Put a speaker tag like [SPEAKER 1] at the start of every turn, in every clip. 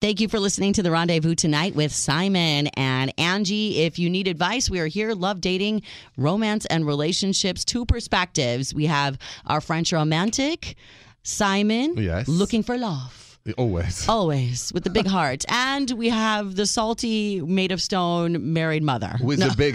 [SPEAKER 1] Thank you for listening to the rendezvous tonight with Simon and Angie. If you need advice, we are here. Love dating, romance, and relationships. Two perspectives. We have our French romantic, Simon,
[SPEAKER 2] Yes.
[SPEAKER 1] looking for love.
[SPEAKER 2] Always.
[SPEAKER 1] Always with the big heart. And we have the salty, made of stone, married mother.
[SPEAKER 2] With
[SPEAKER 1] Oh, No,
[SPEAKER 2] a big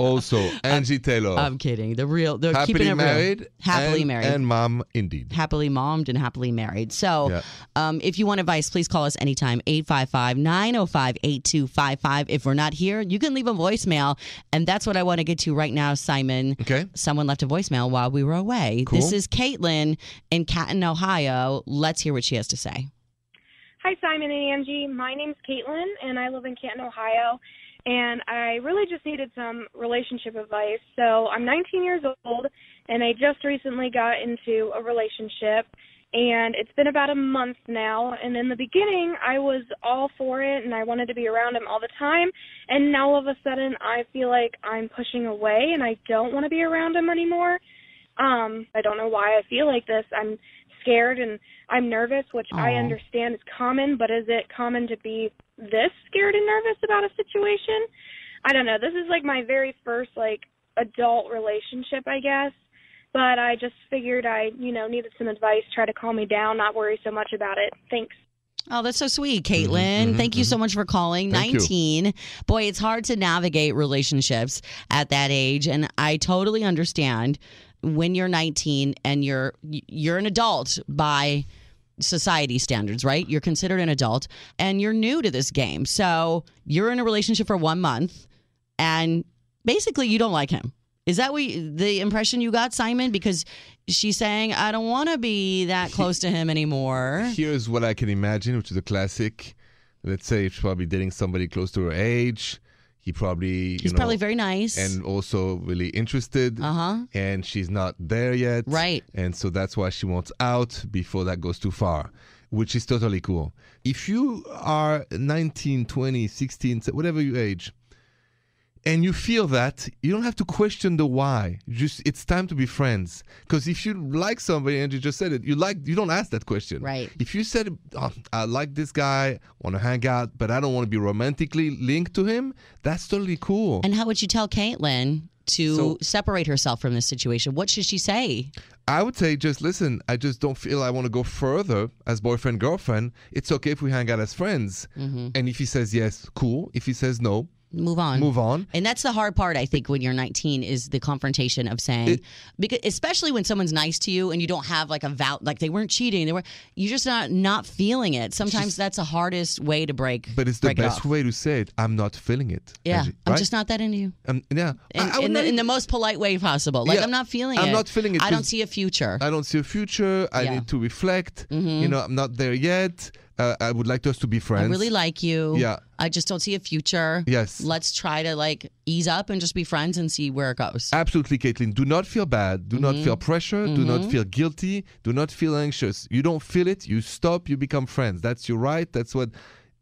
[SPEAKER 2] also. Angie Taylor.
[SPEAKER 1] I'm kidding. The real, they're keeping it
[SPEAKER 2] happily
[SPEAKER 1] real.
[SPEAKER 2] married.
[SPEAKER 1] Happily
[SPEAKER 2] and-
[SPEAKER 1] married.
[SPEAKER 2] And mom, indeed.
[SPEAKER 1] happily mommed and happily married. So,
[SPEAKER 2] Yeah.
[SPEAKER 1] um, if you want advice, please call us anytime 855 905 8255. If we're not here, you can leave a voicemail. And that's what I want to get to right now, Simon.
[SPEAKER 2] Okay.
[SPEAKER 1] Someone left a voicemail while we were away.
[SPEAKER 2] Cool.
[SPEAKER 1] This is Caitlin in Catton, Ohio. Let's hear what she has to say.
[SPEAKER 3] Hi, Simon and Angie. My name's Caitlin, and I live in Canton, Ohio. And I really just needed some relationship advice. So I'm 19 years old, and I just recently got into a relationship. And it's been about a month now. And in the beginning, I was all for it, and I wanted to be around him all the time. And now all of a sudden, I feel like I'm pushing away, and I don't want to be around him anymore. Um, I don't know why I feel like this. I'm scared and I'm nervous, which I
[SPEAKER 1] Aw.
[SPEAKER 3] understand is common, but is it common to be this scared and nervous about a situation? I don't know. This is like my very first like adult relationship, I guess. But I just figured I, you know, needed some advice, try to calm me down, not worry so much about it. Thanks.
[SPEAKER 1] Oh, that's so sweet, Caitlin.
[SPEAKER 2] mhm,
[SPEAKER 1] Thank you so much for calling.
[SPEAKER 2] Thank you.
[SPEAKER 1] 19. Boy, it's hard to navigate relationships at that age and I totally understand when you're 19 and you're you're an adult by society standards, right? You're considered an adult and you're new to this game. So, you're in a relationship for 1 month and basically you don't like him. Is that what you- the impression you got, Simon? Because she's saying, I don't want to be that close to him anymore.
[SPEAKER 2] Here's what I can imagine, which is a classic. Let's say she's probably dating somebody close to her age. He probably. you
[SPEAKER 1] He's
[SPEAKER 2] know,
[SPEAKER 1] probably very nice.
[SPEAKER 2] And also really interested.
[SPEAKER 1] uh huh.
[SPEAKER 2] and she's not there yet.
[SPEAKER 1] Right.
[SPEAKER 2] And so that's why she wants out before that goes too far, which is totally cool. If you are 19, 20, 16, se- whatever your age, and you feel that, you don't have to question the why. You Just it's time to be friends. Because if you like somebody, and you just said it, you like you don't ask that question.
[SPEAKER 1] Right.
[SPEAKER 2] If you said, oh, "I like this guy, want to hang out, but I don't want to be romantically linked to him," that's totally cool.
[SPEAKER 1] And how would you tell Caitlin to
[SPEAKER 2] So-
[SPEAKER 1] separate herself from this situation? What should she say?
[SPEAKER 2] I would say just listen, I just don't feel I want to go further as boyfriend, girlfriend. It's okay if we hang out as friends.
[SPEAKER 1] Mm-hmm.
[SPEAKER 2] And if he says yes, cool. If he says no,
[SPEAKER 1] Move on.
[SPEAKER 2] move on.
[SPEAKER 1] And that's the hard part, I think, when you're 19 is the confrontation of saying, because especially when someone's nice to you and you don't have like a vow, like they weren't cheating, they were, you're just not not feeling it. Sometimes that's the hardest way to break.
[SPEAKER 2] But it's the
[SPEAKER 1] break it
[SPEAKER 2] best
[SPEAKER 1] off.
[SPEAKER 2] way to say it. I'm not feeling it.
[SPEAKER 1] Yeah,
[SPEAKER 2] Angie,
[SPEAKER 1] I'm
[SPEAKER 2] right?
[SPEAKER 1] just not that into you.
[SPEAKER 2] Um, yeah.
[SPEAKER 1] In,
[SPEAKER 2] I, I would
[SPEAKER 1] in the,
[SPEAKER 2] not
[SPEAKER 1] in
[SPEAKER 2] even-
[SPEAKER 1] the most polite way possible. Like
[SPEAKER 2] Yeah,
[SPEAKER 1] I'm not feeling
[SPEAKER 2] I'm
[SPEAKER 1] it.
[SPEAKER 2] not feeling it
[SPEAKER 1] I don't
[SPEAKER 2] 'cause-
[SPEAKER 1] see a future.
[SPEAKER 2] I don't see a future. I
[SPEAKER 1] Yeah. Mm-hmm.
[SPEAKER 2] need to reflect. You know, I'm not there yet. Uh, I would like us to be friends.
[SPEAKER 1] I really like you.
[SPEAKER 2] Yeah.
[SPEAKER 1] I just don't see a future.
[SPEAKER 2] Yes.
[SPEAKER 1] Let's try to like ease up and just be friends and see where it goes.
[SPEAKER 2] Absolutely, Caitlin. Do not feel bad. Do
[SPEAKER 1] Mm-hmm.
[SPEAKER 2] not feel pressure. Do not feel guilty. Do not feel anxious. You don't feel it. You stop. You become friends. That's your right. That's what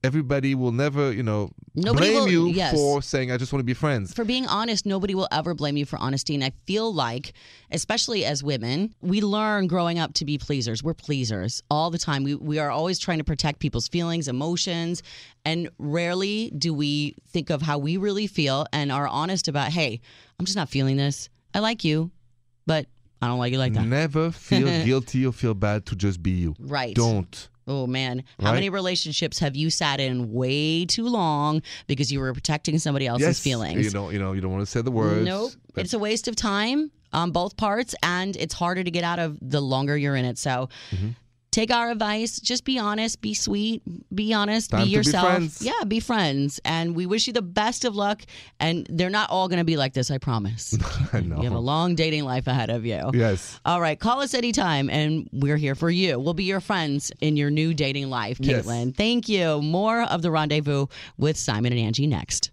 [SPEAKER 2] everybody will never, you know,
[SPEAKER 1] Nobody
[SPEAKER 2] blame
[SPEAKER 1] will-
[SPEAKER 2] you
[SPEAKER 1] yes.
[SPEAKER 2] for saying, I just want to be friends.
[SPEAKER 1] for being honest, nobody will ever blame you for honesty. And I feel like, especially as women, we learn growing up to be pleasers. We're pleasers all the time. We, we are always trying to protect people's feelings, emotions, and rarely do we think of how we really feel and are honest about, hey, I'm just not feeling this. I like you, but I don't like you like that.
[SPEAKER 2] Never feel guilty or feel bad to just be you.
[SPEAKER 1] Right.
[SPEAKER 2] Don't.
[SPEAKER 1] Oh man, how
[SPEAKER 2] Right?
[SPEAKER 1] many relationships have you sat in way too long because you were protecting somebody else's
[SPEAKER 2] yes.
[SPEAKER 1] feelings?
[SPEAKER 2] You know, you know, you don't want to say the words.
[SPEAKER 1] Nope.
[SPEAKER 2] but
[SPEAKER 1] It's a waste of time on both parts, and it's harder to get out of the longer you're in it. So
[SPEAKER 2] Mm-hmm.
[SPEAKER 1] take our advice. Just be honest, be sweet, be honest,
[SPEAKER 2] Time to
[SPEAKER 1] be
[SPEAKER 2] be
[SPEAKER 1] yourself.
[SPEAKER 2] friends.
[SPEAKER 1] Yeah, be friends. And we wish you the best of luck. And they're not all going to be like this, I promise.
[SPEAKER 2] I
[SPEAKER 1] You have a
[SPEAKER 2] know.
[SPEAKER 1] long dating life ahead of you.
[SPEAKER 2] Yes.
[SPEAKER 1] All right, call us anytime, and we're here for you. We'll be your friends in your new dating life,
[SPEAKER 2] Yes.
[SPEAKER 1] Caitlin. Thank you. More of the rendezvous with Simon and Angie next.